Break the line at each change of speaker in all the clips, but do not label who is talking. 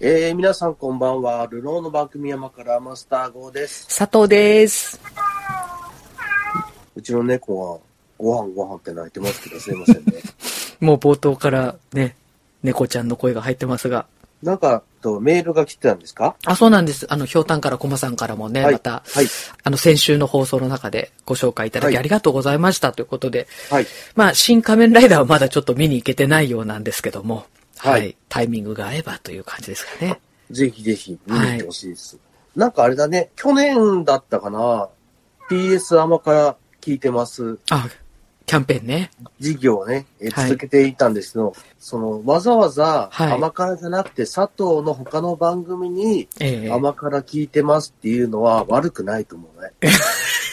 えー、皆さんこんばんは。ルローの番組山からマスター号です。
佐藤です。
うちの猫はご飯ご飯って泣いてますけど、すいませんね。
もう冒頭からね、猫ちゃんの声が入ってますが。
なんか、とメールが来てたんですか
あ、そうなんです。あの、ひょうたんからコマさんからもね、
はい
また、
はい
あの、先週の放送の中でご紹介いただ
は
き
い
ありがとうございましたということで、
はい。
まあ、新仮面ライダーはまだちょっと見に行けてないようなんですけども、は、
はいい
タイミングが合えばという感じですかね。
ぜひぜひ見に行ってほしいです。なんかあれだね、去年だったかな ?PS アマから聞いてます。
あ、キャンペーンね。
事業をね、えー
はい
続けていたんですけど、その、わざわざ、
はい
甘からじゃなくて、佐藤の他の番組に、
ええ
甘から聞いてますっていうのは悪くないと思うね。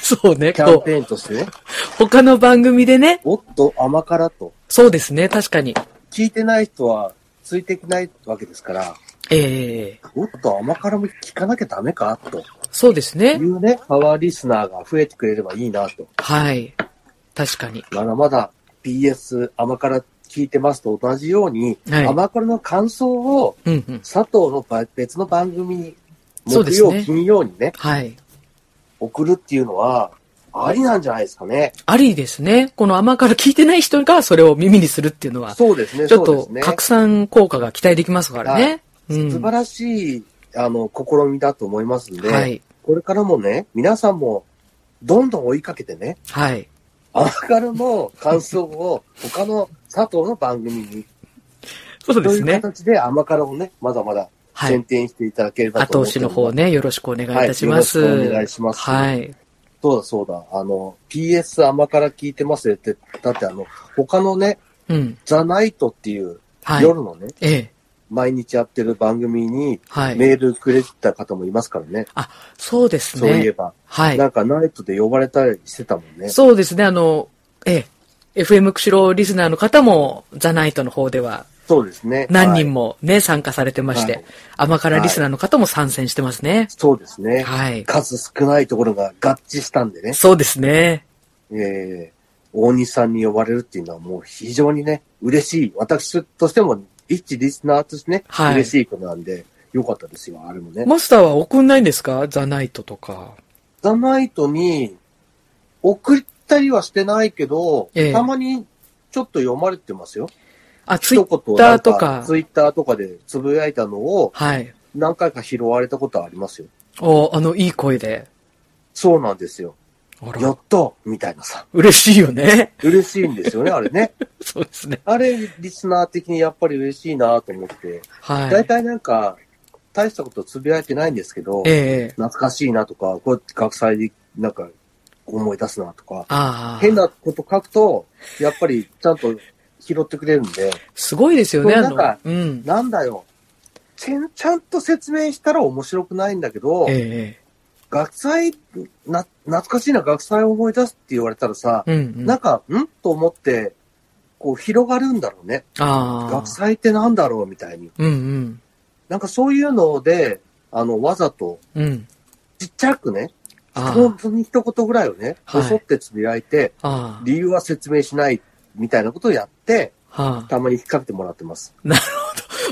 そうね、
キャン
こう、
ペーンとしてね、
他の番組でね、
おっと、甘からと。
そうですね、確かに。
聞いてない人は、ついていけないわけですから、
ええ
おっと、甘からも聞かなきゃダメか、と
そうで
い
すね。
うね、パワーリスナーが増えてくれればいいなと。
はい。確かに。
まだまだ BS 甘から聞いてますと同じように、
はい
甘からの感想を
うんうん。
佐藤のば別の番組に、
そう
木
です
曜、
ね
金曜にね、
はい。
送るっていうのは、ありなんじゃないですかね。
ありですね。この甘から聞いてない人がそれを耳にするっていうのは、
そうですね、
ちょっ
そうで
と
すね。
拡散効果が期待できますからね。うん。
素晴らしい、あの、試みだと思いますんで、
はい。
これからもね、皆さんも、どんどん追いかけてね、
はい。
アマカルの感想を、他の佐藤の番組に、
そうで
とい
す
う
ね。
形でアマカルをね、まだまだ
は
宣
い。
伝していただければと
後
思って
押し
おり
の
ます
方ね、よろしくお願いいたします。
はいよろしくお願いします
はい。
そうだそうだ。あの、PS 甘から聞いてますって、だってあの、他のね、
うん。
ザ・ナイトっていう、
はい。
夜のね、
ええ。
毎日やってる番組に
はい。
メールくれてた方もいますからね。
そうです
そういえ
ね。
ば、
はい
な。んかナイトで呼ばれたりしてたもんね。
そうですね。あの、ええ。FM 釧路リスナーの方も、ザナイトの方では
そうですね。
何人
も
もね、参加されてまして、甘辛リスナーの方も参戦してますね。
そうですね。
はい。
数少ないところが合致したんでね、
そうですね。
えー、大西さんに呼ばれるっていうのはもう非常にね、嬉しい。私としても、一リスナーとしてね、
はい
嬉しいことなんで、よかったですよ、あれもね。
マスターは送んないんですかザナイトとか。
ザナイトに送ったりはしてないけど、
ええ
たまにちょっと読まれてますよ。
あ、ツイ
一
ッ
言
タ
な
ー
ん
とか。
ツイッターとかでつぶやいたのを
はい。
何回か拾われたことはありますよ。
お、あの、いい声で。
そうなんですよ。
あ
や
ら
っ。とみたいなさ。
嬉しいよ ね。
嬉しいんですよね、あれね。
そうですね。
あれ、リスナー的にやっぱり嬉しいなと思って。
は
大
い。
体なんか、大したことつぶやいてないんですけど、
ええ
懐かしいなとか、こう学祭でなんか思い出すなとか、
ああ。
変。なこと書くと、やっぱりちゃんと拾ってくれるんで、
すごいですよね、
そう
あ
なんか
の。うん。
なんだよ。ちゃんちゃんと説明したら面白くないんだけど、
え
学祭、な、懐かしいな学祭を思い出すって言われたらさ
え、うん、うん。
なん
あ
か、んと思って、こう広がるんだろうね。
あ
学。祭ってなんだろうみたいに。
うんうん。
なんかそういうので、あの、わざと、
うん。
ちっちゃくね、
あ
本当に一言ぐらいをね、
はい
襲ってつぶやいて、
あ。あ
理由は説明しないみたいなことをやって、
あ。はあ。
たまに引っ掛けてもらってます。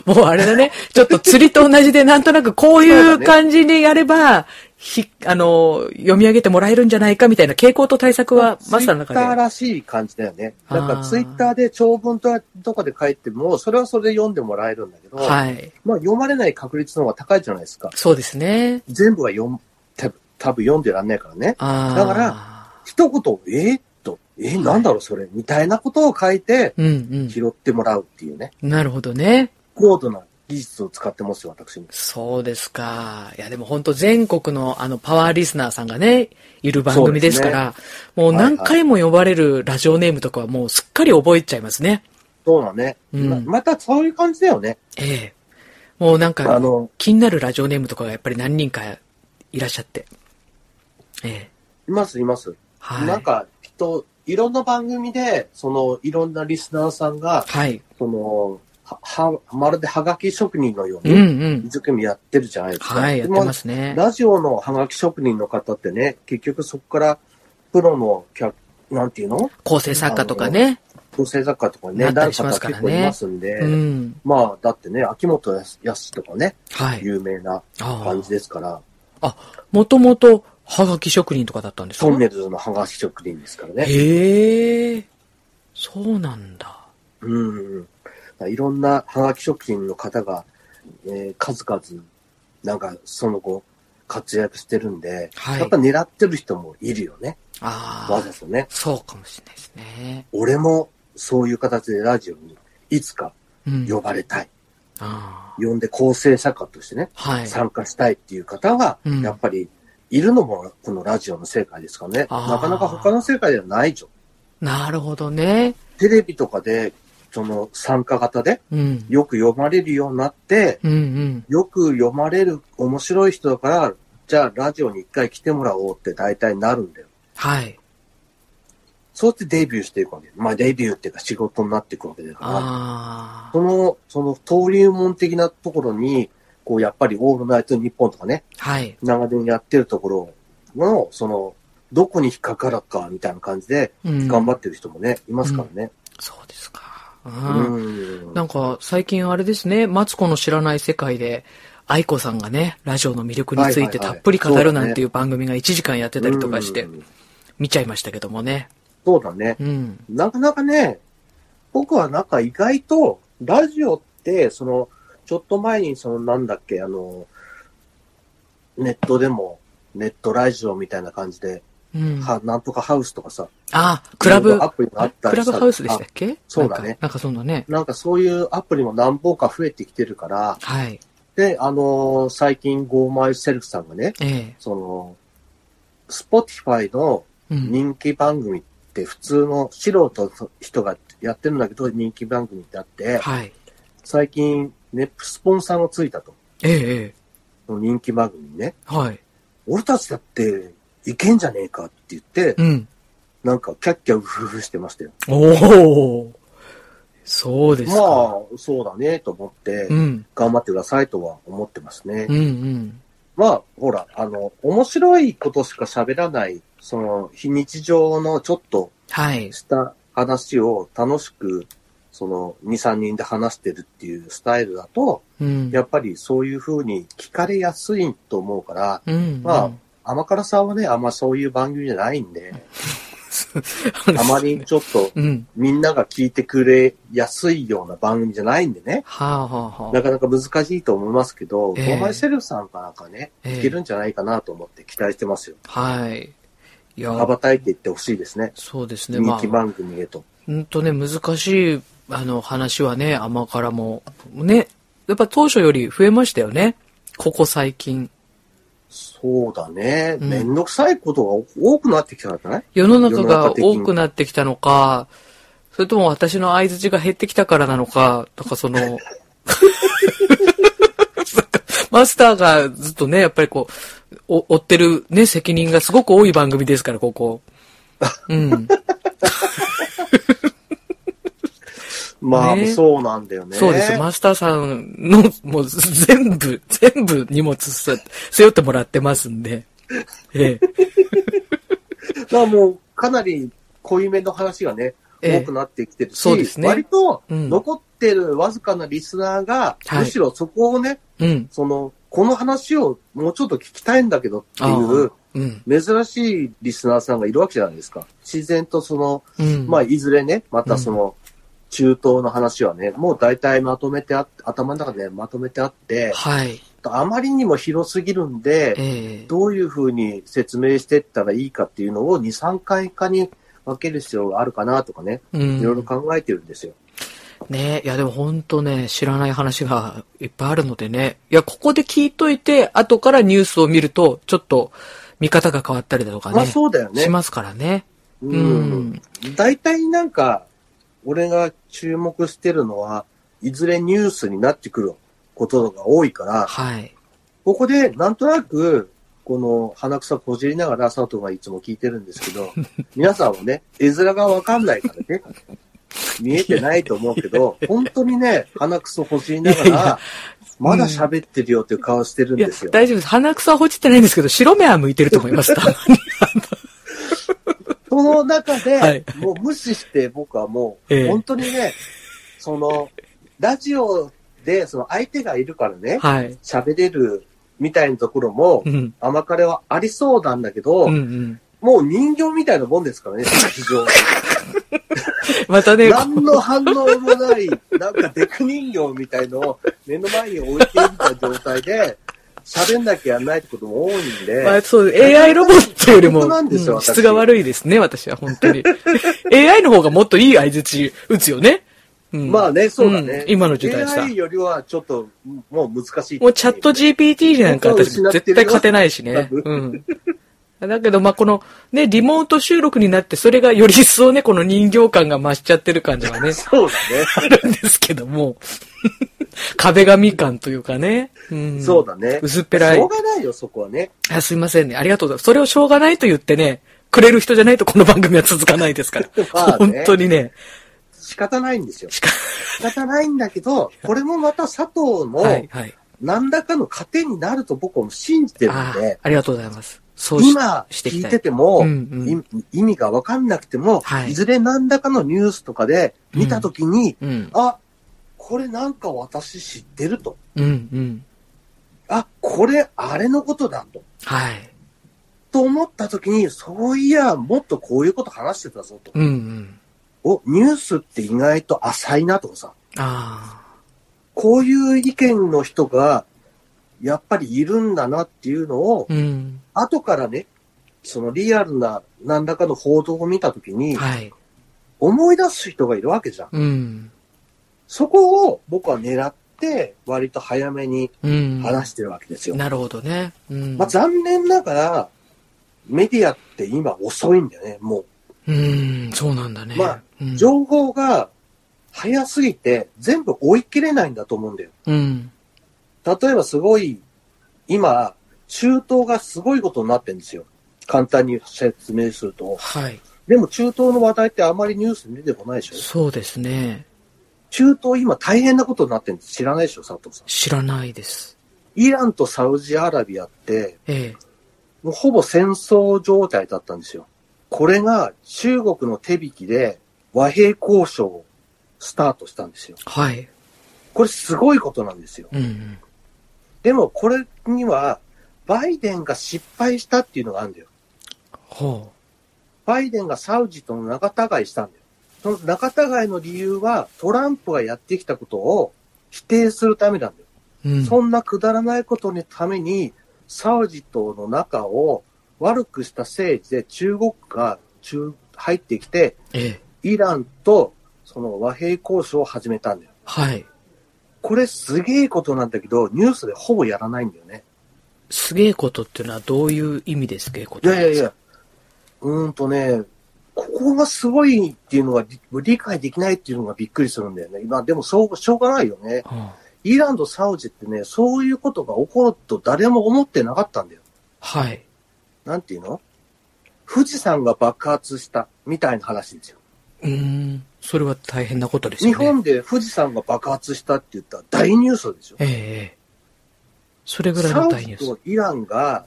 もうあれだね。ちょっと釣りと同じで、なんとなくこうい
そううだね
感じでやれば、ひ、あの、読み上げてもらえるんじゃないかみたいな傾向と対策は、マスターの
ツイッタ
中
ー
で。
らしい感じだよね。
あー
なんかツイッターで長文とかで書いても、それはそれで読んでもらえるんだけど、
はい。
まあ読まれない確率の方が高いじゃないですか。
そうですね。
全部は読む、た多分読んでらんないからね。
ああ。
だから一言、えーっと、えーなんだろうそれみたいなことを書いて、
うん
拾ってもらうっていうね。
うん。なるほどね。
高度な技術を使ってますよ、私も。
そうですか。いや、でも本当全国のあのパワーリスナーさんがね、いる番組ですから、もう何回も呼ばれるラジオネームとかはもうすっかり覚えちゃいますね。
そうだね。
うん
ままたそういう感じだよね。
ええ。もうなんか、
あの、
気になるラジオネームとかがやっぱり何人かいらっしゃって。ええ。
います、います。
はい。
なんか、きっと、いろんな番組で、その、いろんなリスナーさんが、
はい。
その、は、はまるでハガキ職人のよう
うんう
に、
ん。
一生懸命やってるじゃないですか。。
はい、やってますすね。
ラジオのハガキ職人の方ってね、結局そこから、プロの客、なんていうの
構成作家とかね。
構成作家とかね、
なった
誰
りし
か
ま
が
すから
結
ね
構いますんで、
うん。
まあ、だってね、秋元康とかね、
はい。
有名な
あ
感じですから、
あ。もともと、はがき職人とかだったんですか
トンネルズのハガキ職人ですからね。
へえ。そうなんだ。
うん。いろんなハガキ職人の方が、えー数々、なんかその後、活躍してるんで、
はい
やっぱ狙ってる人もいるよね。
あ
わ
あ
ざ。とね。
そうかもしれないですね。
俺もそういう形でラジオにいつか
うん。
呼ばれたい。
あ
呼んで構成作家としてね、
あ。はい。
参加したいっていう方は
うん、
やっぱりいるのもこのラジオの世界ですからね。
あー
なかなか他の世界ではないじゃん。
なるほどね。
テレビとかで、その参加型で
うん。
よく読まれるようになって、
うんうん。
よく読まれる面白い人だから、じゃあラジオに一回来てもらおうって大体なるんだよ。
はい。
そうやってデビューしていくわけ。まあデビューっていうか仕事になっていくわけだから。
ああ。
その、その登竜門的なところに、こう、やっぱりオールナイト日本とかね、
はい。
長年やってるところの、その、どこに引っかかるか、みたいな感じで、
うん。
頑張ってる人もね、いますからね。
そうですか。う。
うんん。
なんか、最近あれですね、マツコの知らない世界で、愛子さんがね、ラジオの魅力について
はいはいは
た
い
っぷり語るなんていう番組が1時間やってたりとかして
う、ん
見ちゃいましたけどもね。
そうだね。
うん。
なかなかね、僕はなんか意外と、ラジオって、その、ちょっと前に、その、なんだっけ、あの、ネットでも、ネットラジオみたいな感じで、
うん。あ
は、なんとかハウスとかさ、
クラ
いろ
ブ
いろ、アプリがあった
ク
り
ラ
さ
ブハウスでしたっけ
そうだね
なんか、なんかそんなね。
なんかそういうアプリも何本か増えてきてるから、
はい。
で、あのー最近 Go My Self さんがね、
ええ。
その、Spotify の
うん。
人気番組って普通の素人の人がやってるんだけど人気番組ってあって、
はい。
最近ネップスポンサーがついたと。
ええ、ええ。
その人気番組にね、
はい。
俺たちだっていけんじゃねえかって言って、
うん。
なんかキャッキャウフフしてましたよ。
おお。そうです
ま
か。
あ、そうだねと思って
う、ん。
頑張ってくださいとは思ってますね。
うんうん。
まあ、ほら、あの、面白いことしか喋らない、その、非日常のちょっと
はい。
した話を楽しく、その、2、3人で話してるっていうスタイルだと、
うん。
やっぱりそういう風に聞かれやすいと思うから、
うんうん。
まあ甘辛さんはね、あんまそういう番組じゃないんで、あまりちょっと
うん。
みんなが聞いてくれやすいような番組じゃないんでね、
はあはあはあ
な。かなか難しいと思いますけど、
ええ
お前セルフさんかなんかね、
ええ
いけるんじゃないかなと思って期待してますよ。
はい。い
羽
や、
ばたいていってほしいですね。
そうですね。
人
ま
気
あ、
番組へと。
うんとね、難しい、あの、話はね、甘からも。ね、やっぱ当初より増えましたよね。ここ最近。
そうだね。
うん
めんどくさいことが多くなってきたんじゃない
世の中
世の
が
中的に
多くなってきたのか、それとも私の相槌が減ってきたからなのか、なんかその、 マスターがずっとね、やっぱりこう、お追ってるね、責任がすごく多い番組ですから、ここ。 うん。
まあ、
ね
そうなんだよね。
そうです。マスターさんの、もう全部、全部荷物背負ってもらってますんで。ええ。
だからもう、かなり濃いめの話がね、
ええ
多くなってきてるし、
そうですね
割と
うん
残ってるわずかなリスナーが、
はい
むしろそこをね、
うん。
その、この話をもうちょっと聞きたいんだけどっていう、
あ。うん。
珍しいリスナーさんがいるわけじゃないですか。自然とその、
うん。
まあ、いずれね、またその、中東の話はね、もう大体まとめてあって、頭の中でまとめてあって、
はい。
あまりにも広すぎるんで、
ええ。
どういうふうに説明していったらいいかっていうのを2、3回かに分ける必要があるかなとかね、
うん
いろいろ考えてるんですよ。
ねいやでも本当ね、知らない話がいっぱいあるのでね。いや、ここで聞いといて、後からニュースを見ると、ちょっと見方が変わったりだとかね。
まあそうだよね
し。ますからね。
う
うん
ん。。大体なんか、俺が注目してるのは、いずれニュースになってくることが多いから、
はい。
ここで、なんとなく、この鼻草こじりながら佐藤がいつも聞いてるんですけ ど、皆さんはね、絵面がわかんないからね、見えてないと思うけど、本当にね、鼻草こじりなが
いやいや
ら、まだ喋ってるよっていう顔してるん
いや
です、よ。
大丈夫です。鼻くそはほじってないんですけど、白目は向いてると思います。たまに。
その中で、
はい
もう無視して僕はもう、
ええ
本当にね、その、ラジオで、その相手がいるからね、
はい。
喋れるみたいなところも
う、ん。
甘かれはありそうなんだけど、
うんうん。
もう人形みたいなもんですから ね、非常に。
またね、
何の反応もない、なんかデク人形みたいのを目の前に置いていた状態で、喋んなきゃやらないってことも多いんで、
まあ、そう、AI ロボットよりも、
本当なんですよ
うん
私
質が悪いですね、私は、本当に。AI の方がもっといい相槌打つよね。うん、
まあね、そうだね。
ん今の時代さ。
AI よりはちょっと、もう難しい。
もうチャット GPT なんか私絶対勝てないし
多
ね。
分
うん。だけど、まあ、この、ね、リモート収録になって、それがより一層ね、この人形感が増しちゃってる感 じはね、
そうだね。
あるんですけども。 壁紙感というかね。うん。
そうだね。
薄っぺらい
しょうがないよ、そこはね。。
あすいませんね。ありがとうございます。それをしょうがないと言ってね、くれる人じゃないとこの番組は続かないですから
まあね
本当にね。
仕方ないんですよ。
しか、
仕方ないんだけど、これもまた佐藤
はい、
の
はい。
何らかの糧になると僕も信じてるん
あ
で
あ、、ありがとうございます。そうし
今
していき
聞い
たい
てても、
うんうん
い意味がわかんなくても、
はい
い、ずれ何らかのニュースとかで見たときに、
うん。
あ、これなんか私知ってると。
うん、うん。
あ、これあれのことだと。
はい。
と思ったときに、そういや、もっとこういうこと話してたぞと。
うん、うん。
お、ニュースって意外と浅いなとかさ、
あ
こういう意見の人が、やっぱりいるんだなっていうのを、
あ、うん。
後からね、そのリアルな何らかの報道を見たときに、
はい。
思い出す人がいるわけじゃん。
うん。
そこを僕は狙って、割と早めに
うん。
話してるわけですよ。
なるほどね。うん。
まあ、残念ながら、メディアって今遅いんだよね、も
うん、そうなんだね。
まあ
う
う。
ん、
情報が早すぎて、全部追い切れないんだと思うんだよ。
うん。
例えばすごい、今、中東がすごいことになってるんですよ。簡単に説明すると。
はい。
でも中東の話題ってあまりニュースに出てこないでしょ
そうですね。
中東今大変なことになってるんです。知らないでしょ佐藤さん。
知らないです。
イランとサウジアラビアって、
ええ。
もうほぼ戦争状態だったんですよ。これが中国の手引きで和平交渉をスタートしたんですよ。
はい。
これすごいことなんですよ。
うんうん。
でもこれにはバイデンが失敗したっていうのがあるんだよ。
ほ
バイデンがサウジとの仲違いしたんだよ。その仲違いの理由はトランプがやってきたことを否定するためなんだよ。
う。うん。
そんなくだらないことのために、サウジとの仲を悪くした政治で中国が中入ってきて、
ええ。
イランとその和平交渉を始めたんだよ。
はい。
これすげえことなんだけど、ニュースでほぼやらないんだよね。
すげえことっていうのはどういう意味ですげえこ
い
と
やいやいや、うーんとね、ここがすごいっていうのが理理解できないっていうのがびっくりするんだよね。まあでもそう、しょうがないよね。
は
イランとサウジってね、そういうことが起こると誰も思ってなかったんだよ。
はい。
なんていうの富士山が爆発したみたいな話ですよ。
うーん。それは大変なことですよ
日
ね。
本で富士山が爆発したって言ったら大ニュースでしょ。
ええええ。それぐらい
サ
の
ウ
大ニ
ジ
ュース。
とイランが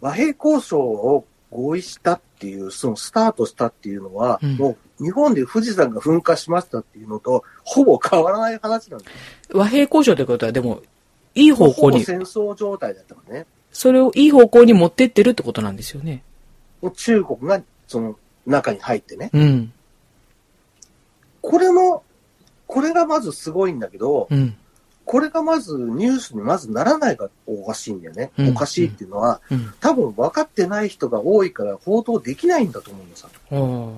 和平交渉を合意したっていう、そのスタートしたっていうのは、
うん
もう日本で富士山が噴火しましたっていうのと、ほぼ変わらない話なんですよ。
和平交渉ということは、でも、いい方
ほぼ
向に、
戦争状態だったからね。
それをいい方向に持ってってるってことなんですよね。
もう中国がその中に入ってね。
うん。
これも、これがまずすごいんだけど、
うん。
これがまずニュースにまずならないがおかしいんだよね。
うん
おかしいっていうのは、
うん。
多分分かってない人が多いから報道できないんだと思うんですよ。
お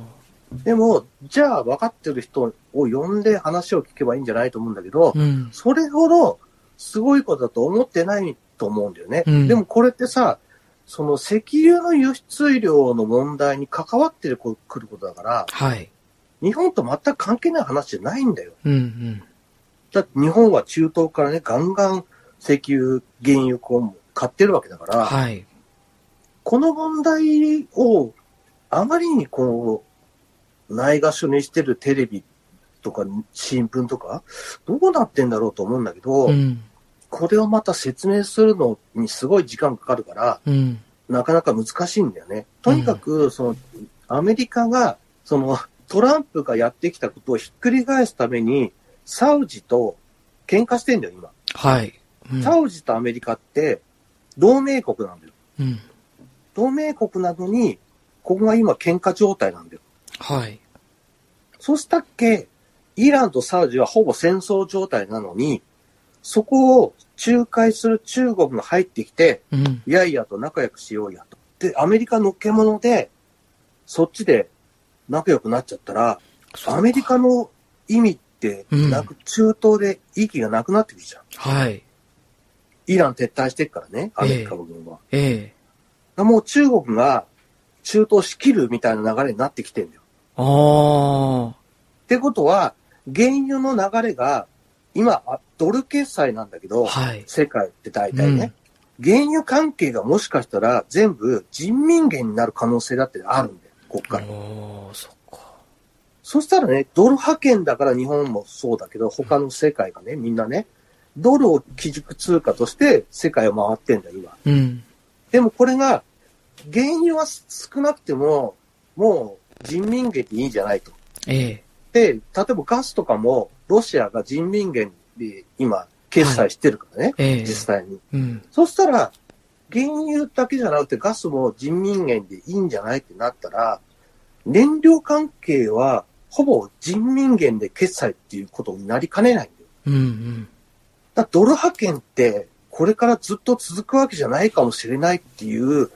でも、じゃあ分かってる人を呼んで話を聞けばいいんじゃないと思うんだけど、
ーうん。
それほどすごいことだと思ってないと思うんだよね。
うん
でもこれってさ、その石油の輸出量の問題に関わってくることだから、
はい。
日本と全く関係ない話じゃないんだよ。
うんうん。
だって日本は中東からね、ガンガン石油、原油を買ってるわけだから、
はい。
この問題をあまりにこう、ないがしろにしてるテレビとか新聞とか、どうなってんだろうと思うんだけど、
うん。
これをまた説明するのにすごい時間かかるから、
うん。
なかなか難しいんだよね。とにかく、その、アメリカが、その、トランプがやってきたことをひっくり返すために、サウジと喧嘩してんだよ、今。
はい。うん
サウジとアメリカって、同盟国なんだよ。
うん。
同盟国なのに、ここが今喧嘩状態なんだよ。
はい。
そしたっけ、イランとサウジはほぼ戦争状態なのに、そこを仲介する中国が入ってきて、
うん。
いやいやと仲良くしようやと。で、アメリカのっけ者で、そっちで仲良くなっちゃったら、アメリカの意味ってなく、中東で息がなくなってくるじゃん。
はい。
イラン撤退してっからね、アメリカ軍は。
ええ
もう中国が中東仕切るみたいな流れになってきてんだよ。
ああ。
ってことは、原油の流れが、今、あドル決済なんだけど、
はい。
世界って大体ね、原油関係がもしかしたら全部人民元になる可能性だってあるんだよ、こっ
お
から。
おーそっか。
そしたらね、ドル派遣だから日本もそうだけど、他の世界がね、みんなね、ドルを基軸通貨として世界を回ってんだよ、今。
うん。
でもこれが、原油は少なくても、もう人民元でいいじゃないと。
ええ
で、例えばガスとかも、ロシアが人民元で今、決済してるからね、
ええ
実際に。
うん。
そしたら、原油だけじゃなくてガスも人民元でいいんじゃないってなったら、燃料関係は、ほぼ人民元で決済っていうことになりかねないんだよ。
うんうん。
だからドル派遣って、これからずっと続くわけじゃないかもしれないっていう、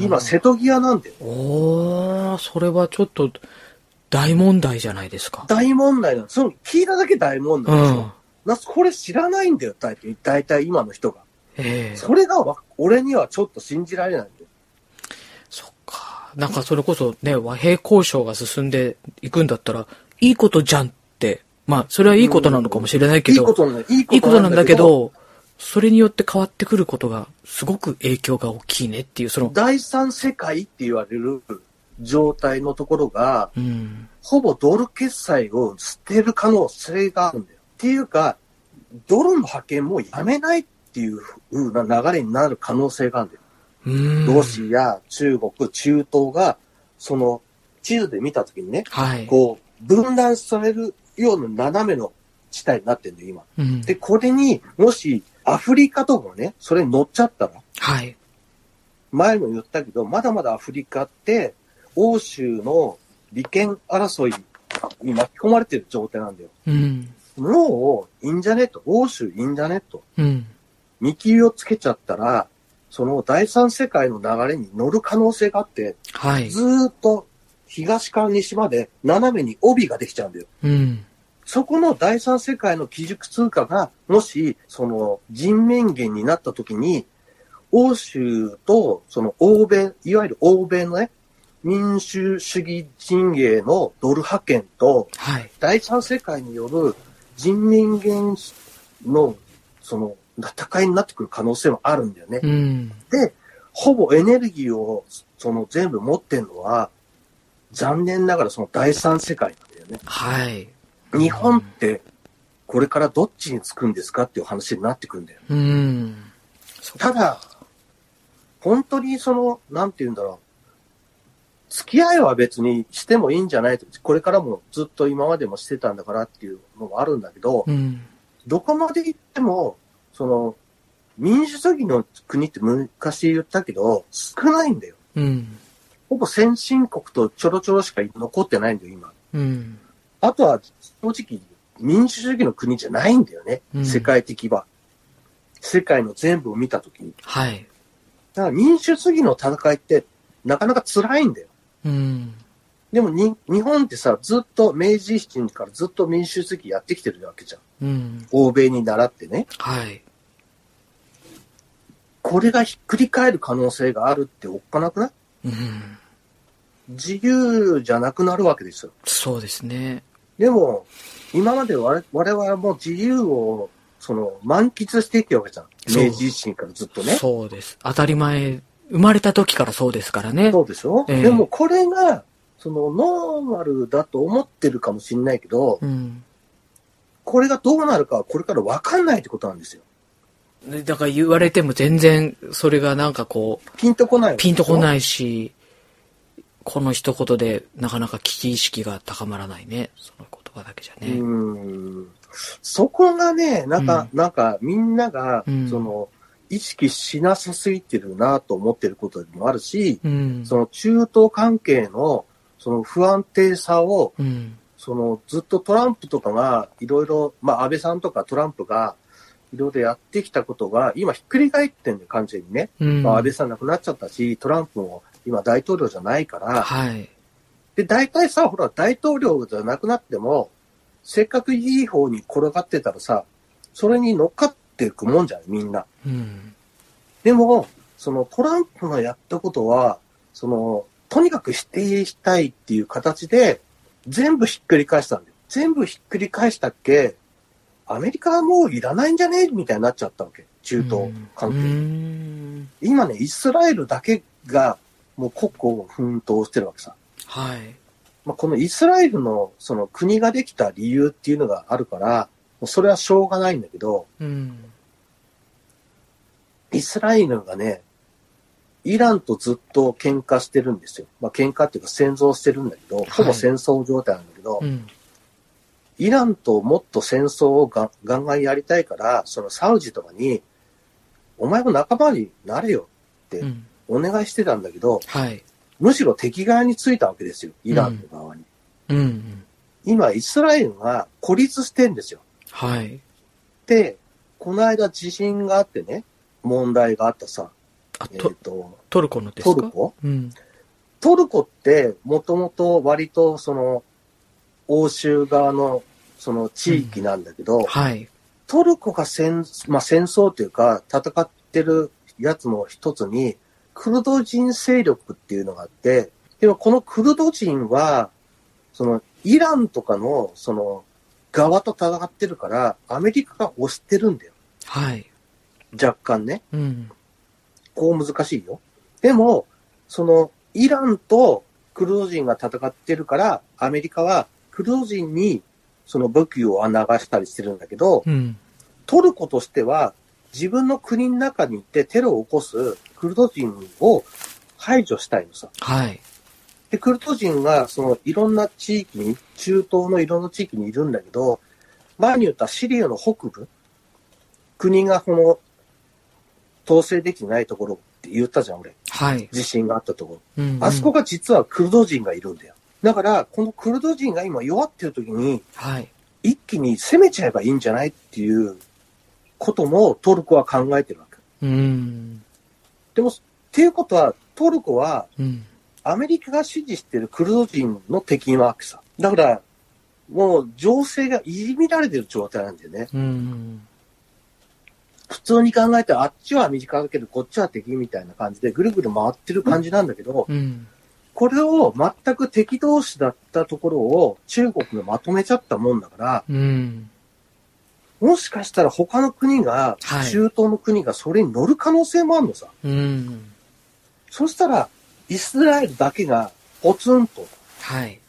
今、瀬戸際なんだよ。
おおそれはちょっと大問題じゃないですか。
大問題なの。その聞いただけ大問
う
題でしょ。
ん。
なこれ知らないんだよ、大体大体今の人が。
ええ
それがわ俺にはちょっと信じられないんだよ。
そっか。なんかそれこそね、和平交渉が進んでいくんだったら、いいことじゃんって。まあ、それはいいことなのかもしれないけ
いい
ど、
ことなんだいい
いいことなんだけ
こと
ど、それによって変わってくることが、すごく影響が大きいねっていう、そ
なんだけど
の、
第三世界って言われる状態のところが、
うん。
ほぼドル決済を捨てる可能性があるんだよ。っていうか、ドルの派遣もやめないっていう風な流れになる可能性があるんだよ。
うん。
ロシア、中国、中東が、その地図で見たときにね、
はい。
こう、分断されるような斜めの地帯になってるんだよ、今。
うん。
で、これに、もし、アフリカとかもね、それに乗っちゃったら、
はい。
前も言ったけど、まだまだアフリカって、欧州の利権争いに巻き込まれてる状態なんだよ。
うん。
もう、いいんじゃねと、欧州いいんじゃねと、
うん。
見切りをつけちゃったら、その第三世界の流れに乗る可能性があって、
はい。
ずーっと東から西まで斜めに帯ができちゃうんだよ。
うん。
そこの第三世界の基軸通貨が、もし、その人民元になった時に、欧州と、その欧米、いわゆる欧米のね、民主主義陣営のドル派遣と、
はい。
第三世界による人民元の、その、戦いになってくる可能性もあるんだよね。
うん。
で、ほぼエネルギーを、その全部持ってんのは、残念ながらその第三世界なんだよね。
はい。
日本って、これからどっちにつくんですかっていう話になってくるんだよ。
うん。
ただ、本当にその、なんて言うんだろう。付き合いは別にしてもいいんじゃないと、これからもずっと今までもしてたんだからっていうのもあるんだけど、
うん。
どこまで行っても、その、民主主義の国って昔言ったけど、少ないんだよ。
うん。
ほぼ先進国とちょろちょろしか残ってないんだよ、今。
うん。
あとは、正直、民主主義の国じゃないんだよね。
うん
世界的は。世界の全部を見たときに。
はい。
だから民主主義の戦いって、なかなか辛いんだよ。
うん。
でもに、日本ってさ、ずっと明治維新からずっと民主主義やってきてるわけじゃん。
うん。
欧米に習ってね。
はい。
これがひっくり返る可能性があるっておっかなくない
うん。
自由じゃなくなるわけですよ。
そうですね。
でも、今まで我我々はもう自由を、その、満喫してきてるわけじゃん。
そう
明治維新からずっとね。
そうです。当たり前、生まれた時からそうですからね。
そうでしょ、
ええ
でもこれが、そのノーマルだと思ってるかもしれないけど、
うん。
これがどうなるかはこれから分かんないってことなんですよ。
でだから言われても全然、それがなんかこう、
ピンとこない。
ピンとこ
い。
ないし、この一言でなかなか危機意識が高まらないね。その言葉だけじゃね。
うんそこがね、なんか、なんか、みんなが、
うん
その、意識しなさすぎてるなと思ってることでもあるし、
うん。
その中東関係の、その不安定さを、
うん。
そのずっとトランプとかがいろいろ、まあ安倍さんとかトランプがいろいろやってきたことが今ひっくり返ってんだよ、完全にね。
うん。
まあ安倍さん亡くなっちゃったし、トランプも今大統領じゃないから、
はい。
で、大体さ、ほら、大統領じゃなくなっても、せっかくいい方に転がってたらさ、それに乗っかっていくもんじゃん、みんな。
うん。
でも、そのトランプのやったことは、その、とにかく否定したいっていう形で、全部ひっくり返したんだよ。全部ひっくり返したっけ、アメリカはもういらないんじゃねみたいになっちゃったわけ。中東関係。
係。
今ね、イスラエルだけが、もう国庫を奮闘してるわけさ。
はい。
まあ、このイスラエルのその国ができた理由っていうのがあるから、もうそれはしょうがないんだけど、
うん。
イスラエルがね、イランとずっと喧嘩してるんですよ。まあ、喧嘩っていうか戦争してるんだけど、ほぼ戦争状態なんだけど、
うん。
イランともっと戦争をガンガンガンやりたいから、そのサウジとかに、お前も仲間になれよ、
うん。
お願いしてたんだけど、
はい。
むしろ敵側についたわけですよ、イランの側に。
うん。
今、イスラエルが孤立してんですよ。
はい。
で、この間地震があってね、問題があったさ、
あ、
えっ、
と、
と、
トルコのですか
トルコ
うん。
トルコって、もともと割とその、欧州側のその地域なんだけど、
はい。
トルコが戦、まあ、戦争というか、戦ってるやつの一つに、クルド人勢力っていうのがあって、でもこのクルド人は、その、イランとかの、その、側と戦ってるから、アメリカが押してるんだよ。
はい。
若干ね。
うん。
こう難しいよ。でも、その、イランとクルド人が戦ってるから、アメリカはクルド人にその武器を流したりしてるんだけど、
うん。
トルコとしては自分の国の中に行ってテロを起こすクルド人を排除したいのさ。
はい。
で、クルド人がそのいろんな地域に、中東のいろんな地域にいるんだけど、前に言ったシリアの北部、国がこの統制できてないところって言ったじゃん、俺。
はい。
地震があったところ。
うん。
あそこが実はクルド人がいるんだよ。だから、このクルド人が今弱ってる時に、
はい。
一気に攻めちゃえばいいんじゃないっていうこともトルコは考えてるわけ。
うん。
でも、っていうことは、トルコは
うん。
アメリカが支持してるクルド人の敵なわけさ。だから、もう情勢が入り乱れてる状態なんだよね。
うん。
普通に考えたら、あっちはアメリカだけど、こっちは敵みたいな感じで、ぐるぐる回ってる感じなんだけど、
うん。
これを全く敵同士だったところを中国がまとめちゃったもんだから、
うん。
もしかしたら他の国が、
はい
中東の国がそれに乗る可能性もあるのさ。
うん。
そしたら、イスラエルだけがポツンと
はい。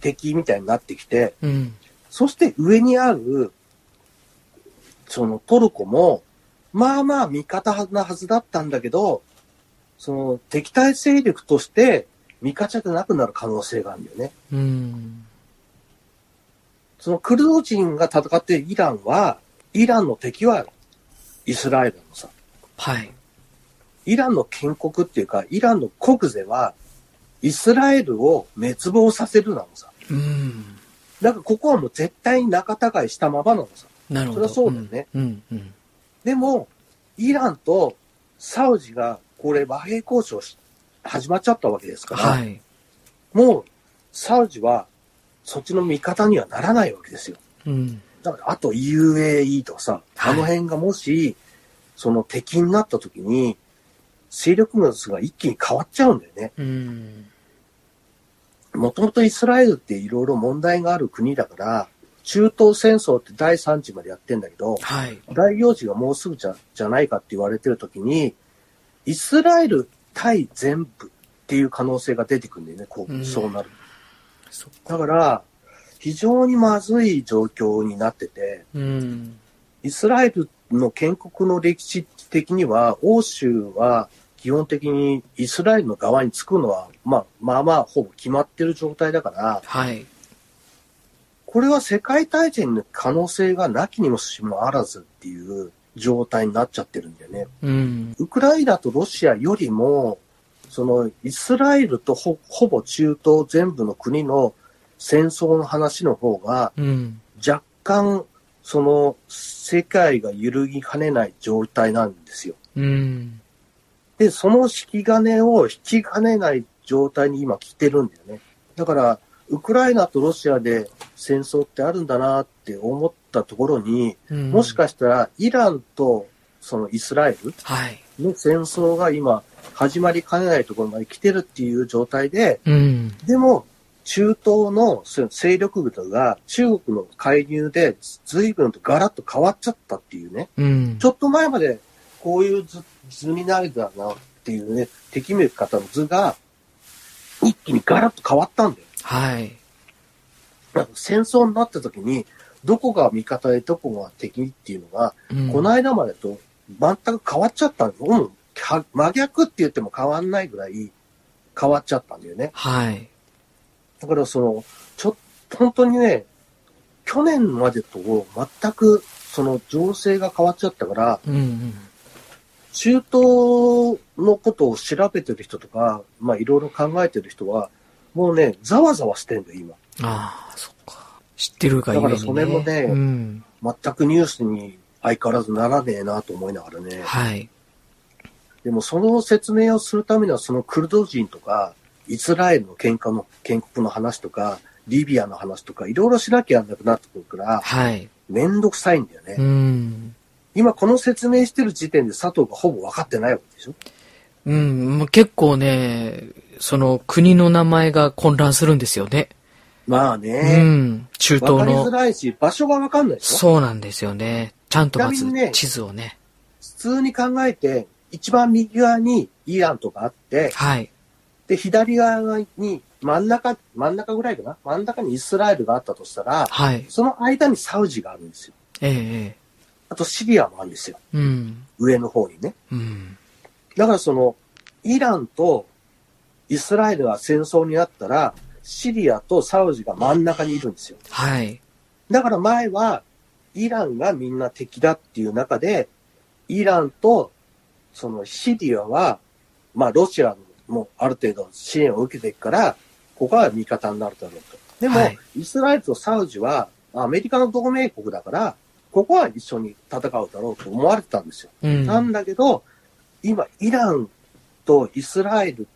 敵みたいになってきて、
うん。
そして上にある、そのトルコも、まあまあ味方なはずだったんだけど、その敵対勢力として味方じゃなくなる可能性があるんだよね。
うん。
そのクルド人が戦っているイランは、イランの敵はイスラエルのさ、
はい。
イランの建国っていうか、イランの国是は、イスラエルを滅亡させるなのさ。
うん。
だからここはもう絶対に仲違いしたままなのさ。
なるほ
そ
ど。
りゃそうだよね。
うん。うん。
でも、イランとサウジが、これ和平交渉し始まっちゃったわけですから、
はい。
もう、サウジは、そっちの味方にはならないわけですよ。
うん。
だから、あと UAE とかさ、
はい
あの辺がもし、その敵になった時に、勢力物が一気に変わっちゃうんだよね。
うん。
もともとイスラエルっていろいろ問題がある国だから、中東戦争って第3次までやってんだけど、
はい。
第4次がもうすぐじゃじゃないかって言われてる時に、イスラエル対全部っていう可能性が出てくるんだよね、こ
うん
う、そうなる。
そっ
だ
か。
から、非常にまずい状況になってて、
うん。
イスラエルの建国の歴史的には、欧州は基本的にイスラエルの側につくのは、まあ、まあまあ、ほぼ決まってる状態だから、
はい。
これは世界大戦の可能性がなきにもしもあらずっていう状態になっちゃってるんだよね。
うん。
ウクライナとロシアよりも、そのイスラエルとほほぼ中東全部の国の戦争の話の方が、
うん。
若干、その世界が揺るぎかねない状態なんですよ。
うん。
で、その引き金を引きかねない状態に今来てるんだよね。だから、ウクライナとロシアで戦争ってあるんだなって思ったところに、
うん
もしかしたらイランとそのイスラエル
はい。
の戦争が今始まりかねないところまで来てるっていう状態で、
うん。
でも中東のその勢力部が中国の介入で随分とガラッと変わっちゃったっていうね。
うん。
ちょっと前までこういう図図になるだなっていうね、敵め方の図が一気にガラッと変わったんだよ。
はい。
だから戦争になった時にどこが味方でどこが敵っていうのが
うん
この間までと全く変わっちゃったんです。もうか真逆って言っても変わんないぐらい変わっちゃったんだよね。
はい。
だからその、ちょ、本当にね、去年までと全くその情勢が変わっちゃったから、
うんうん。
中東のことを調べてる人とか、まあいろいろ考えてる人は、もうね、ざわざわしてんだよ、今。
ああ、そっか。知ってるがゆえに、ね。
だからそれもね
うん。
全くニュースに相変わらずならねえなと思いながらね。
はい。
でもその説明をするためには、そのクルド人とか、イスラエルの喧嘩の、建国の話とか、リビアの話とか、いろいろしなきゃなくなってくるから、
はい。
めんどくさいんだよね。
うん。
今この説明してる時点で佐藤がほぼ分かってないわけでしょ
うん。もう結構ね、その国の名前が混乱するんですよね。
まあ
う
ね、
ん。中東
分かりづ
の。
らいし、場所が分かんないでしょ
そうなんですよね。ちゃんとま
ち
ず
なみにね
地図をね。
普通に考えて、一番右側にイランとかあって、
はい。
で、左側に真ん中、真ん中ぐらいかな真ん中にイスラエルがあったとしたら、
はい。
その間にサウジがあるんですよ。
えええ
あとシリアもあるんですよ。
え。うん。
上の方にね。
うん。
だからその、イランとイスラエルが戦争になったら、シリアとサウジが真ん中にいるんですよ。
はい。
だから前は、イランがみんな敵だっていう中で、イランと、そのシリアは、まあロシアもある程度支援を受けていくから、ここは味方になるだろうと。でも、
はい
イスラエルとサウジは、アメリカの同盟国だから、ここは一緒に戦うだろうと思われてたんですよ。
うん。
なんだけど、今、イランとイスラエル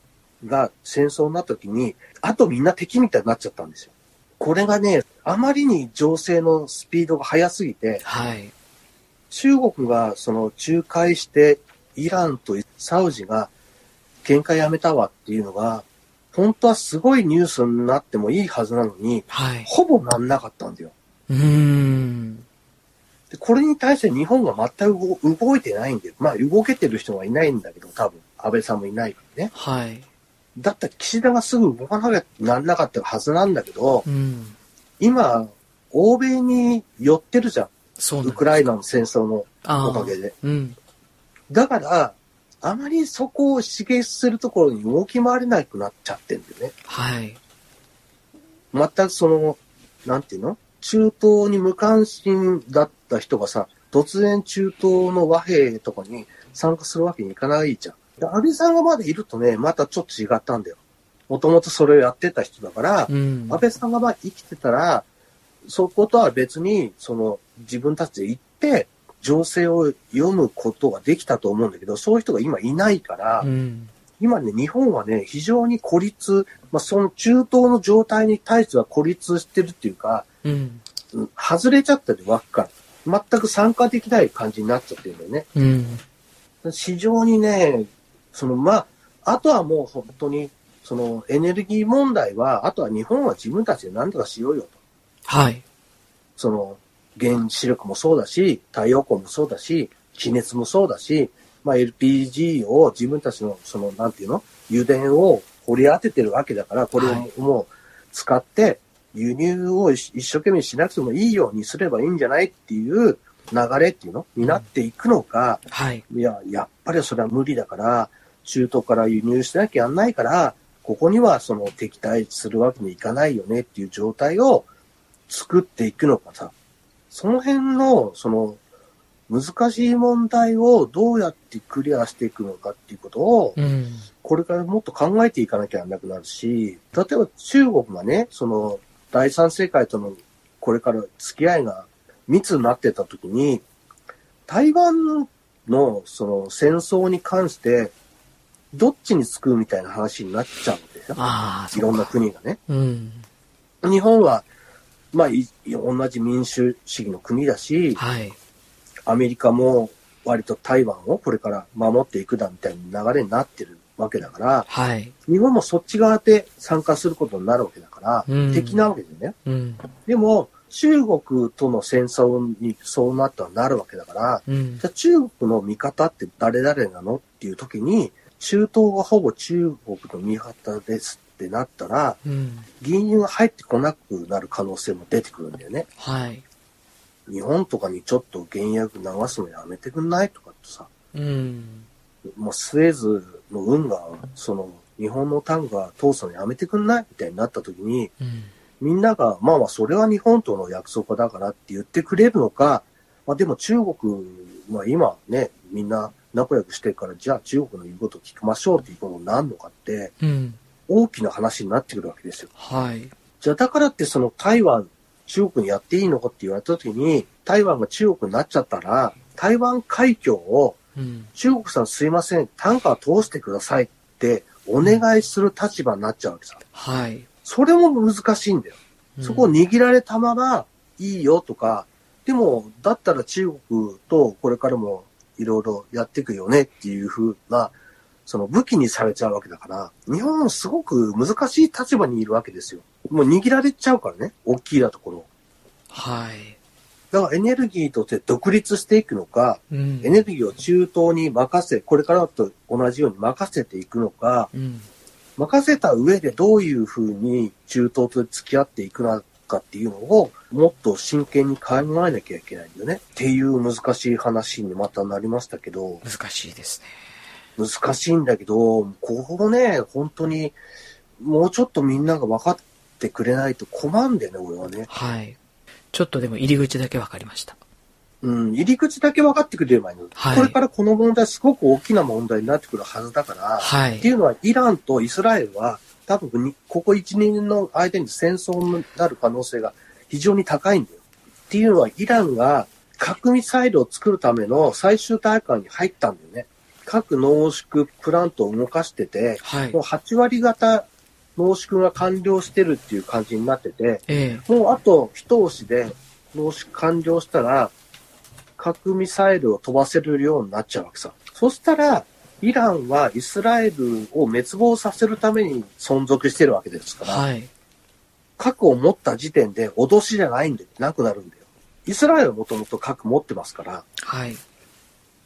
が戦争になった時に、あとみんな敵みたいになっちゃったんですよ。これがね、あまりに情勢のスピードが速すぎて、
はい。
中国がその仲介して、イランとサウジが喧嘩やめたわっていうのが、本当はすごいニュースになってもいいはずなのに、
はい。
ほぼなんなかったんだよ。
うーん。
でこれに対して日本が全く動動いてないんで、まあ動けてる人はいないんだけど、多分、安倍さんもいないからね。
はい。
だったら岸田がすぐ動かなきゃなんなかったはずなんだけど
う、ん。
今、欧米に寄ってるじゃん。
そうなん
ウ
だ
クライナの戦争の
あ
おかげ
で。
で。
うん。
だから、あまりそこを刺激するところに動き回れなくなっちゃってんだよね。
はい。
全くその、なんていうの中東に無関心だった人がさ、突然中東の和平とかに参加するわけにいかないじゃん。で安倍さんがまだいるとね、またちょっと違ったんだよ。もともとそれをやってた人だから、
うん。
安倍さんがまあ生きてたら、そことは別に、その自分たちで行って、情勢を読むことができたと思うんだけど、そういう人が今いないから、
うん。
今ね、日本はね、非常に孤立、まあ、その中東の状態に対しては孤立してるっていうか、
うん。
うん外れちゃったで輪っか全く参加できない感じになっちゃってるんだよね。
うん。
非常にね、その、まあ、あとはもう本当に、そのエネルギー問題は、あとは日本は自分たちで何とかしようよと。
はい。
その、原子力もそうだし、太陽光もそうだし、地熱もそうだし、まあ、LPG を自分たちの、その、なんていうの油田を掘り当ててるわけだから、これを
はい
もう使って、輸入を一一生懸命しなくてもいいようにすればいいんじゃないっていう流れっていうのになっていくのか、
はい。
いや、やっぱりそれは無理だから、中東から輸入しなきゃやんないから、ここにはその敵対するわけにいかないよねっていう状態を作っていくのかさ、その辺の、その、難しい問題をどうやってクリアしていくのかっていうことを、
うん。
これからもっと考えていかなきゃならなくなるし、例えば中国がね、その第三世界とのこれから付き合いが密になってた時に、台湾のその戦争に関して、どっちにつくみたいな話になっちゃうんだよ。
ああ、
い
そ
ろ
うん
な
か。
国がね。
うん。
日本は、まあ、い同じ民主主義の国だし、
はい。
アメリカも割と台湾をこれから守っていくだみたいな流れになってるわけだから、
はい。
日本もそっち側で参加することになるわけだから、
うん
敵なわけでね。
うん。
でも、中国との戦争にそうなったらなるわけだから、
うん
じ。ゃあ中国の味方って誰々なのっていう時に、中東がほぼ中国の味方ですってなったら、
うん。
銀融が入ってこなくなる可能性も出てくるんだよね。
はい。
日本とかにちょっと原薬流すのやめてくんないとかってさ、
うん。
もうスエズの運河、その日本の単価通すのやめてくんないみたいになった時に、
うん。
みんなが、まあまあ、それは日本との約束だからって言ってくれるのか、まあでも中国、まあ今ね、みんな仲良くしてるから、じゃあ中国の言うことを聞きましょうっていうことになるのかって、
うん。
大きな話になってくるわけですよ。
はい。
じゃあだからってその台湾、中国にやっていいのかって言われた時に、台湾が中国になっちゃったら、台湾海峡を
うん。
中国さんすいません、単価通してくださいってお願いする立場になっちゃうわけさ。
はい。
それも難しいんだよ。そこを
に。
握られたままいいよとか、でも、だったら中国とこれからもいろいろやっていくよねっていうふうな、その武器にされちゃうわけだから、日本すごく難しい立場にいるわけですよ。もう握られちゃうからね、大きいなところ。
はい。
だからエネルギーとして独立していくのか、
うん。
エネルギーを中東に任せ、これからと同じように任せていくのか、
うん。
任せた上でどういうふうに中東と付き合っていくのかっていうのをもっと真剣に考えなきゃいけないんだよね。っていう難しい話にまたなりましたけど、
難しいですね。
難しいんだけど、ここね、本当にもうちょっとみんなが分かってくれないと困んでね、俺はね。
はい。ちょっとでも入り口だけ分かりました。
うん、入り口だけ分かってくれればいいの。
はい
これからこの問題すごく大きな問題になってくるはずだから、
は
って
い。
いうのは、イランとイスラエルは、多分に、ここ1、2年の間に戦争になる可能性が非常に高いんだよ。っていうのは、イランが核ミサイルを作るための最終大会に入ったんだよね。核濃縮プラントを動かしてて、
はい
もう。8割型濃縮が完了してるっていう感じになってて、
え
もうあと一押しで濃縮完了したら、核ミサイルを飛ばせるようになっちゃうわけさ。そしたら、イランはイスラエルを滅亡させるために存続してるわけです
え。
から、
はい。
核を持った時点で脅しじゃないんでなくなるんだよ。イスラエルはもともと核持ってますから、
はい。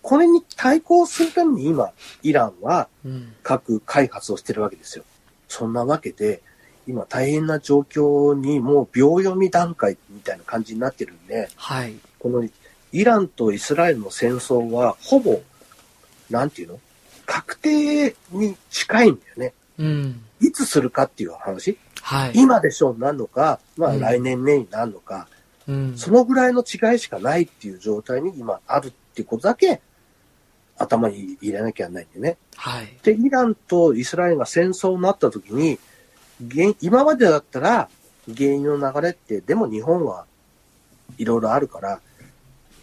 これに対抗するために今、イランは
うん。
核開発をしてるわけですよ。そんなわけで、今大変な状況にもう秒読み段階みたいな感じになってるんで、
はい。
このイランとイスラエルの戦争は、ほぼ、なんていうの確定に近いんだよね。
うん。
いつするかっていう話。
はい。
今でしょうになるのか、ま
う
あ
ん
来年ねになるのか、
うん。
そのぐらいの違いしかないっていう状態に今あるってことだけ頭に入れなきゃいけないんだよね。
はい。
で、イランとイスラエルが戦争になった時に、原今までだったら原油の流れって、でも日本はいろいろあるから、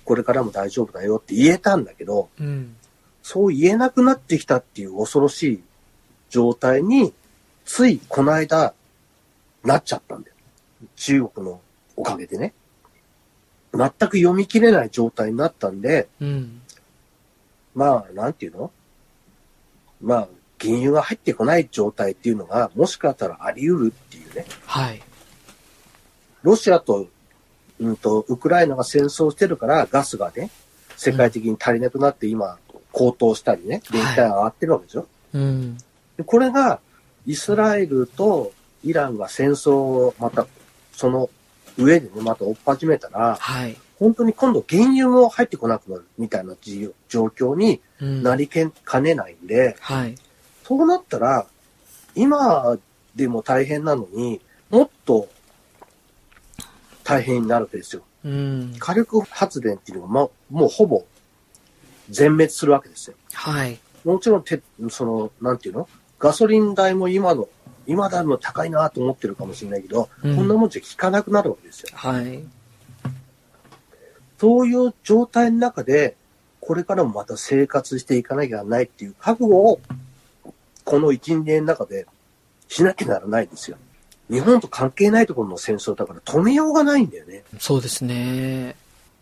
これからも大丈夫だよって言えたんだけど、
うん。
そう言えなくなってきたっていう恐ろしい状態に、ついこの間、なっちゃったんだよ。中国のおかげでね。全く読み切れない状態になったんで、
うん。
まあ、なんていうのまあ、原油が入ってこない状態っていうのが、もしかしたらあり得るっていうね。
はい。
ロシアと、うんと、ウクライナが戦争してるから、ガスがね、世界的に足りなくなって今、高騰したりね、電気代が上がってるわけでしょ、
うん。
でこれが、イスラエルとイランが戦争をまた、その上でね、また追っ始めたら、
はい。
本当に今度原油も入ってこなくなるみたいなじ状況に
うん。
なりけんかねないんで、
はい。
そうなったら、今でも大変なのに、もっと大変になるわけですよ。
うん。
火力発電っていうのが、ま、もうほぼ全滅するわけですよ。
はい。
もちろんて、その、なんていうのガソリン代も今の、今代も高いなと思ってるかもしれないけど、
うん
こんなもんじゃ効かなくなるわけですよ。
はい。
そういう状態の中で、これからもまた生活していかなきゃならないっていう覚悟を、この一2年の中でしなきゃならないんですよ。日本と関係ないところの戦争だから止めようがないんだよね。
そうですね。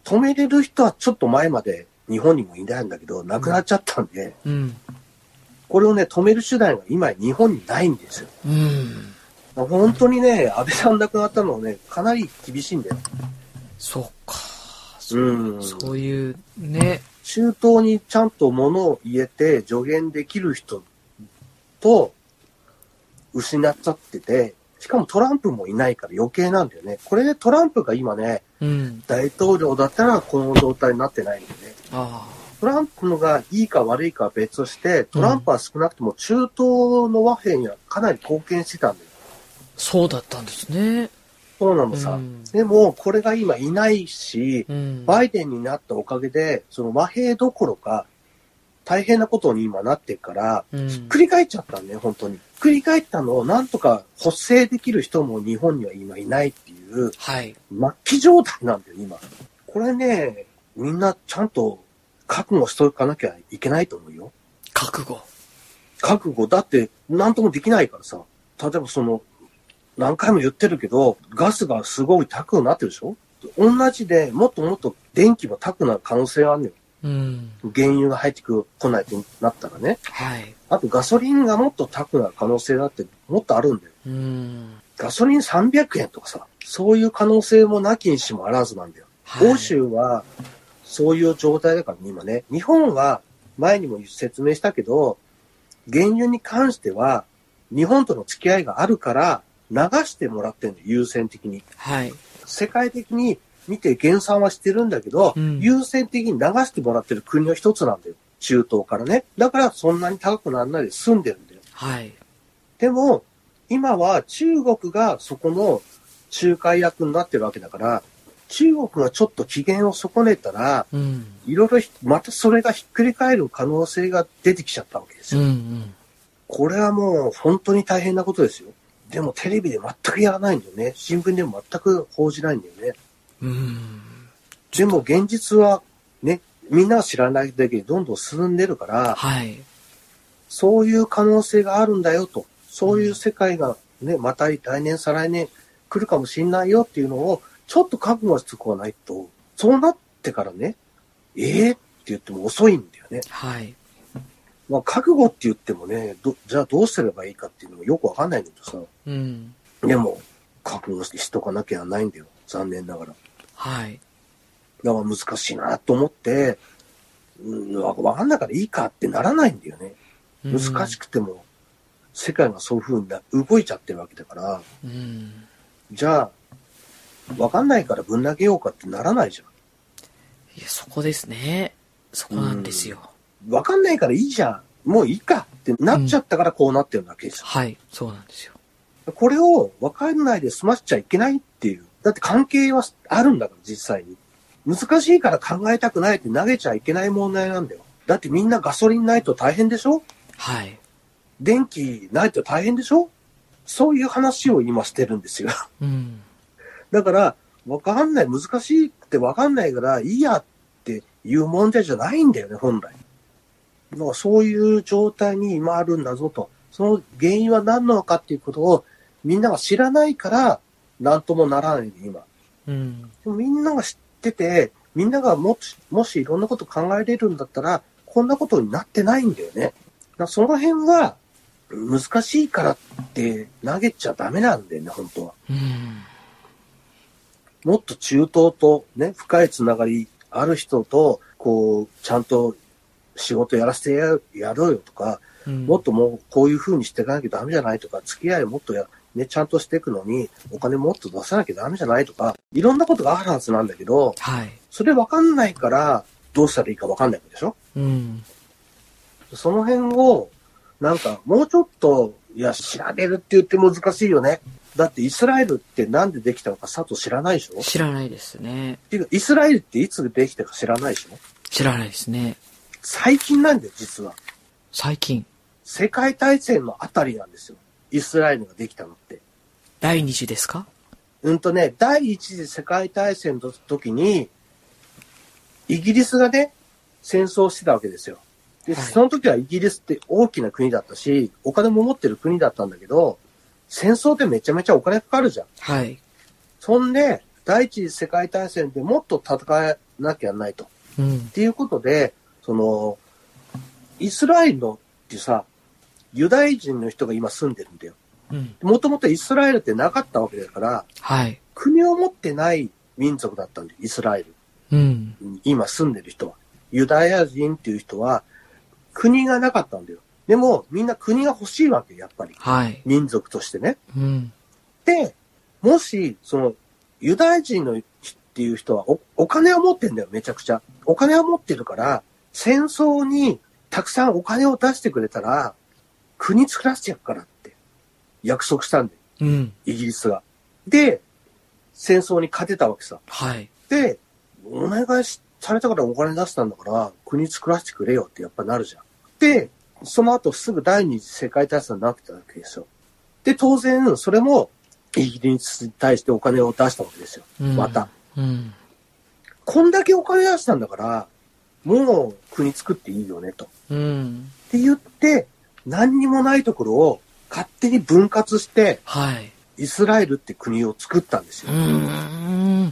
止めれる人はちょっと前まで日本にもいないんだけど、亡くなっちゃったんで、
うん。
これをね、止める手段が今日本にないんですよ。
うん。
本当にね、安倍さん亡くなったのはね、かなり厳しいんだよ。
そうか。
うん
そういう、ね。
中東にちゃんと物を入れて助言できる人と失っちゃってて、しかもトランプもいないから余計なんだよね。これでトランプが今ね、
うん。
大統領だったらこの状態になってないんでね。
あ
トランプのがいいか悪いかは別として、トランプは少なくとも中東の和平にはかなり貢献してたんだよ。
あ。そうだったんですね。
そうな
う
のさ。
ん。
でも、これが今いないし、
うん。
バイデンになったおかげで、その和平どころか、大変なことに今なってるから、
うん
繰り返っちゃったんだよ、本当に。繰り返ったのをなんとか補正できる人も日本には今いないっていう、
はい。
末期状態なんだよ、今。これね、みんなちゃんと覚悟しておかなきゃいけないと思うよ。
覚悟。
覚悟だって何ともできないからさ。例えばその、何回も言ってるけど、ガスがすごい高くなってるでしょ同じで、もっともっと電気も高くなる可能性はあるのよ。
うん。
原油が入ってく、来ないとなったらね。
はい。
あとガソリンがもっと高くなる可能性だってもっとあるんだよ。
うん。
ガソリン300円とかさ、そういう可能性もなきにしもあらずなんだよ。
はい
欧州はそういう状態だからね、今ね。日本は前にも説明したけど、原油に関しては日本との付き合いがあるから流してもらってるのよ、優先的に。
はい。
世界的に見て減産はしてるんだけど、
うん
優先的に流してもらってる国の一つなんだよ。中東からね。だからそんなに高くならないで済んでるんだよ。
はい。
でも、今は中国がそこの仲介役になってるわけだから、中国がちょっと機嫌を損ねたら、
うん。
いろいろひまたそれがひっくり返る可能性が出てきちゃったわけです
うん。う
よ。
ん。
これはもう本当に大変なことですよ。でもテレビで全くやらないんだよね。新聞でも全く報じないんだよね。
うん。
でも現実はね、みんなは知らないだけでどんどん進んでるから、
はい。
そういう可能性があるんだよと、そういう世界がね、また来年、再来年来るかもしれないよっていうのを、ちょっと覚悟してこないと、そうなってからね、ええって言っても遅いんだよね。
はい。
まあ、覚悟って言ってもね、どじゃあどうすればいいかっていうのもよくわかんないんだけど
うん。
さ、でも、覚悟しとかなきゃないんだよ。残念ながら。
はい。
だから難しいなと思って、うん、わわかんないからいいかってならないんだよね。
うん
難しくても、世界がそういうふうにな動いちゃってるわけだから、
うん。
じゃあ、わかんないからぶん投げようかってならないじゃ
いや、そこですね。そこなんですよ。
ん。わかんないからいいじゃん。もういいかってなっちゃったからこうなってるわけですよ。
はい。そうなんですよ。
これをわかんないで済ませちゃいけないっていう。だって関係はあるんだから、実際に。難しいから考えたくないって投げちゃいけない問題なんだよ。だってみんなガソリンないと大変でしょ
はい。
電気ないと大変でしょそういう話を今してるんですよ。
うん。
だから、わかんない、難しいってわかんないから、いいやっていう問題じゃないんだよね、本来。だからそういう状態に今あるんだぞと。その原因は何なのかっていうことをみんなが知らないから、なんともならないんだよ今。
うん。
でもみんなが知ってて、みんながもし、もしいろんなこと考えれるんだったら、こんなことになってないんだよね。だからその辺は、難しいからって投げちゃダメなんだよね、本当は。
うん。
もっと中東とね、深いつながりある人と、こう、ちゃんと仕事やらせてややろうよとか、
うん
もっともうこういう風にしていかなきゃダメじゃないとか、付き合いもっとや、ね、ちゃんとしていくのに、お金もっと出さなきゃダメじゃないとか、いろんなことがあるはずなんだけど、
はい。
それわかんないから、どうしたらいいかわかんないわけでしょ
うん。
その辺を、なんか、もうちょっと、いや、調べるって言って難しいよね。だってイスラエルってなんでできたのか佐藤知らないでしょ
知らないですね。
ていうかイスラエルっていつできたか知らないでしょ
知らないですね。
最近なんだよ、実は。
最近、
世界大戦のあたりなんですよ。イスラエルができたのって。
第二次ですか
うんとね、第一次世界大戦の時に、イギリスがね、戦争してたわけですよ。で、
はい
その時はイギリスって大きな国だったし、お金も持ってる国だったんだけど、戦争ってめちゃめちゃお金かかるじゃん。
はい。
そんで、第一次世界大戦でもっと戦えなきゃないと。
うん
っ。ていうことで、その、イスラエルのってさ、ユダヤ人の人が今住んでるんだよ。
うん。
もともとイスラエルってなかったわけだから、
はい。
国を持ってない民族だったんだよ、イスラエル。
うん。
今住んでる人は。ユダヤ人っていう人は、国がなかったんだよ。でも、みんな国が欲しいわけ、やっぱり。
はい。
民族としてね。
うん。
で、もし、その、ユダヤ人のっていう人はお、お金を持ってんだよ、めちゃくちゃ。お金を持ってるから、戦争にたくさんお金を出してくれたら、国作らせてやるからって、約束したんだよ、
うん。
イギリスが。で、戦争に勝てたわけさ。
はい。
で、お願いしされたからお金出したんだから、国作らせてくれよってやっぱなるじゃん。で、その後すぐ第二次世界大戦になってたわけですよ。で、当然、それもイギリスに対してお金を出したわけですよ。
うん
また。。
うん。
こんだけお金出したんだから、もう国作っていいよねと。
うん。
って言って、何にもないところを勝手に分割して、
はい。
イスラエルって国を作ったんです
う
よ。
ーん。は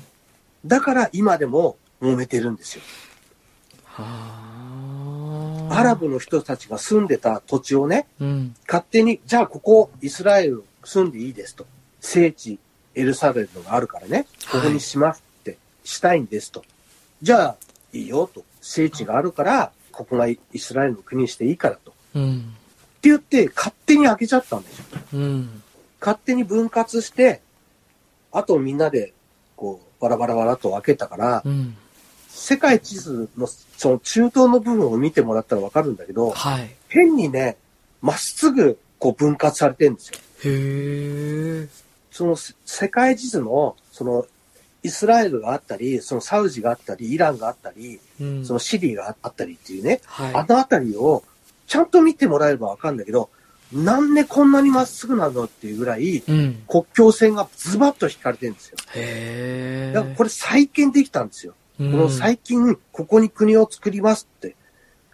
だから今でも揉めてるんですよ。
あ。
アラ。ブの人たちが住んでた土地をね、
うん。
勝手に、じゃあここ、イスラエル住んでいいですと。聖地、エルサレムがあるからね、ここにしますって、したいんですと。じゃあ、いいよと。聖地があるから、ここがイスラエルの国にしていいからと。っ
うん。
て言って、勝手に開けちゃったんですよ。
うん。
勝手に分割して、あとみんなで、こう、バラバラバラと開けたから、
うん。
世界地図の、その中東の部分を見てもらったらわかるんだけど、
はい。
変にね、まっすぐこう分割されてるんですよ。
へえ。
そのせ世界地図の、そのイスラエルがあったり、そのサウジがあったり、イランがあったり、
うん。
そのシリがあったりっていうね、あ
は
のあたりをちゃんと見てもらえればわかるんだけど、なんでこんなにまっすぐなのっていうぐらい、
い。うん。
国境線がズバッと引かれてるんですよ。
へえ。
だからこれ再建できたんですよ。
れ
この最近、ここに国を作りますって、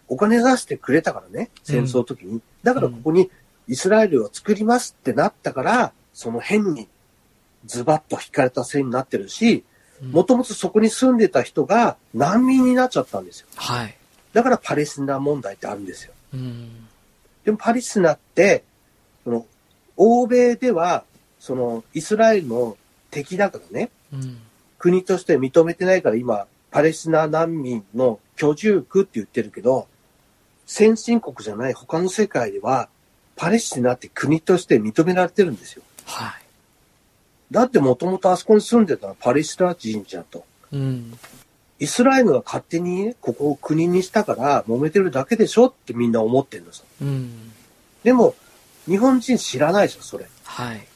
お金出してくれたからね、戦争の時に。だからここにイスラエルを作りますってなったから、その変にズバッと引かれた線になってるし、もともとそこに住んでた人が難民になっちゃったんですよ。
はい。
だからパレスチナ問題ってあるんですよ。
うん。
でもパレスチナって、その、欧米では、その、イスラエルの敵だからね、
うん。
国として認めてないから今、パレスチナ難民の居住区って言ってるけど、先進国じゃない他の世界では、パレスチナって国として認められてるんですよ。
は
だってもともとあそこに住んでたのはパレスチナ人じゃんと。
い。うん。
イスラエルが勝手にねここを国にしたから揉めてるだけでしょってみんな思ってるのさ。
うん。
でも、日本人知らないでしょ、それ。
はい。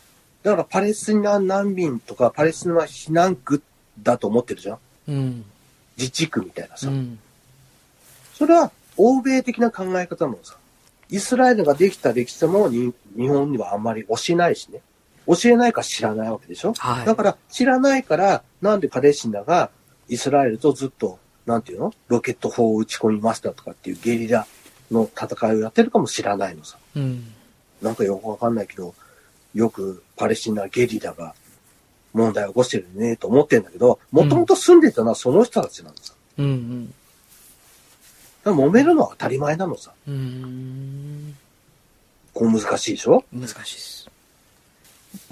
だからパレスチナ難民とかパレスチナ避難区だと思ってるじゃん
うん。
自治区みたいなさ。
うん。
それは欧米的な考え方のさ、イスラエルができた歴史もに日本にはあんまり教えないしね。教えないから知らないわけでしょ、
はい。
だから知らないから、なんでパレスチナがイスラエルとずっと、なんていうのロケット砲を撃ち込みましたとかっていうゲリラの戦いをやってるかも知らないのさ。
うん。
なんかよくわかんないけど、よくパレスチナゲリラが問題を起こしてるねと思ってんだけど、もともと住んでたのはその人たちなんです
うん。うん。
だから揉めるのは当たり前なのさ。
うーん。
こう難しいでしょ
難しいです。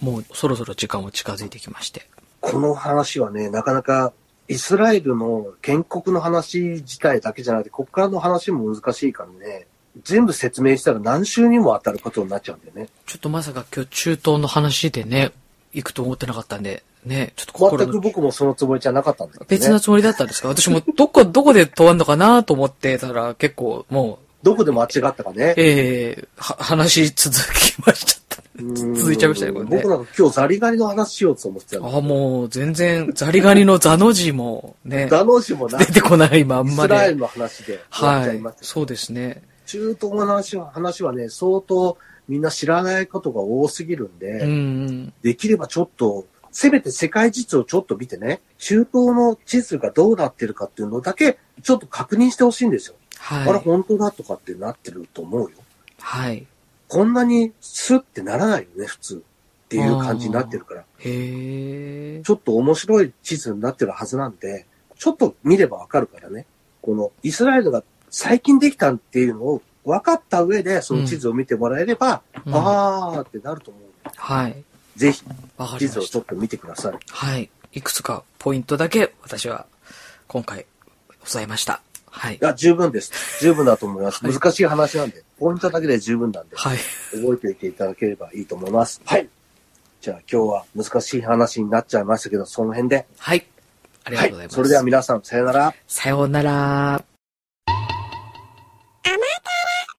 もうそろそろ時間も近づいてきまして。
この話はね、なかなかイスラエルの建国の話自体だけじゃなくて、ここからの話も難しいからね、全部説明したら何週にも当たることになっちゃうんだよね。
ちょっとまさか今日中東の話でね、行くと思ってなかったんで、ね、ちょっと心
全
の
く僕もそのつもりじゃなかったんだけど、ね。
別なつもりだったんですか私もどこ、どこで問わんのかなと思ってたら結構もう
どこで間違ったかね。
ええは話し続きましちゃった。
うん
続いちゃいましたね、これね
僕。なんか今日ザリガニの話しようと思ってたの。
あ、もう全然、ザリガニのザの字もね、
ダノーシもな、
出
イ
てこないまんま
スラエル
で。
の話で終わっち
は
ゃい
い
まし。た。
そうですね。
中東の話は話はね、相当みんな知らないことが多すぎるんで、
うんうん。
できればちょっと、せめて世界地図をちょっと見てね、中東の地図がどうなってるかっていうのだけ、ちょっと確認してほしいんですよ。あれ
は
本当だとかってなってると思うよ。
い。はい。
こんなにスッてならないよね、普通。っていう感じになってるから。
へえ。
ちょっと面白い地図になってるはずなんで、ちょっと見ればわかるからね。このイスラエルが最近できたっていうのを分かった上で、その地図を見てもらえれば、
うん
あーってなると思う。
はい。
ぜひ、
わか
地
りま
図を
し
ちょっと見てください。
た。はい。いくつかポイントだけ私は今回ございました。はい
い。や、十分です。十分だと思います。
はい
難しい話なんで、ポイントだけで十分なんで、
はい。
覚えておいていただければいいと思います。はい。じゃあ今日は難しい話になっちゃいましたけど、その辺で。
はい。ありがとうございます。
それでは皆さん、さよなら。
さようなら。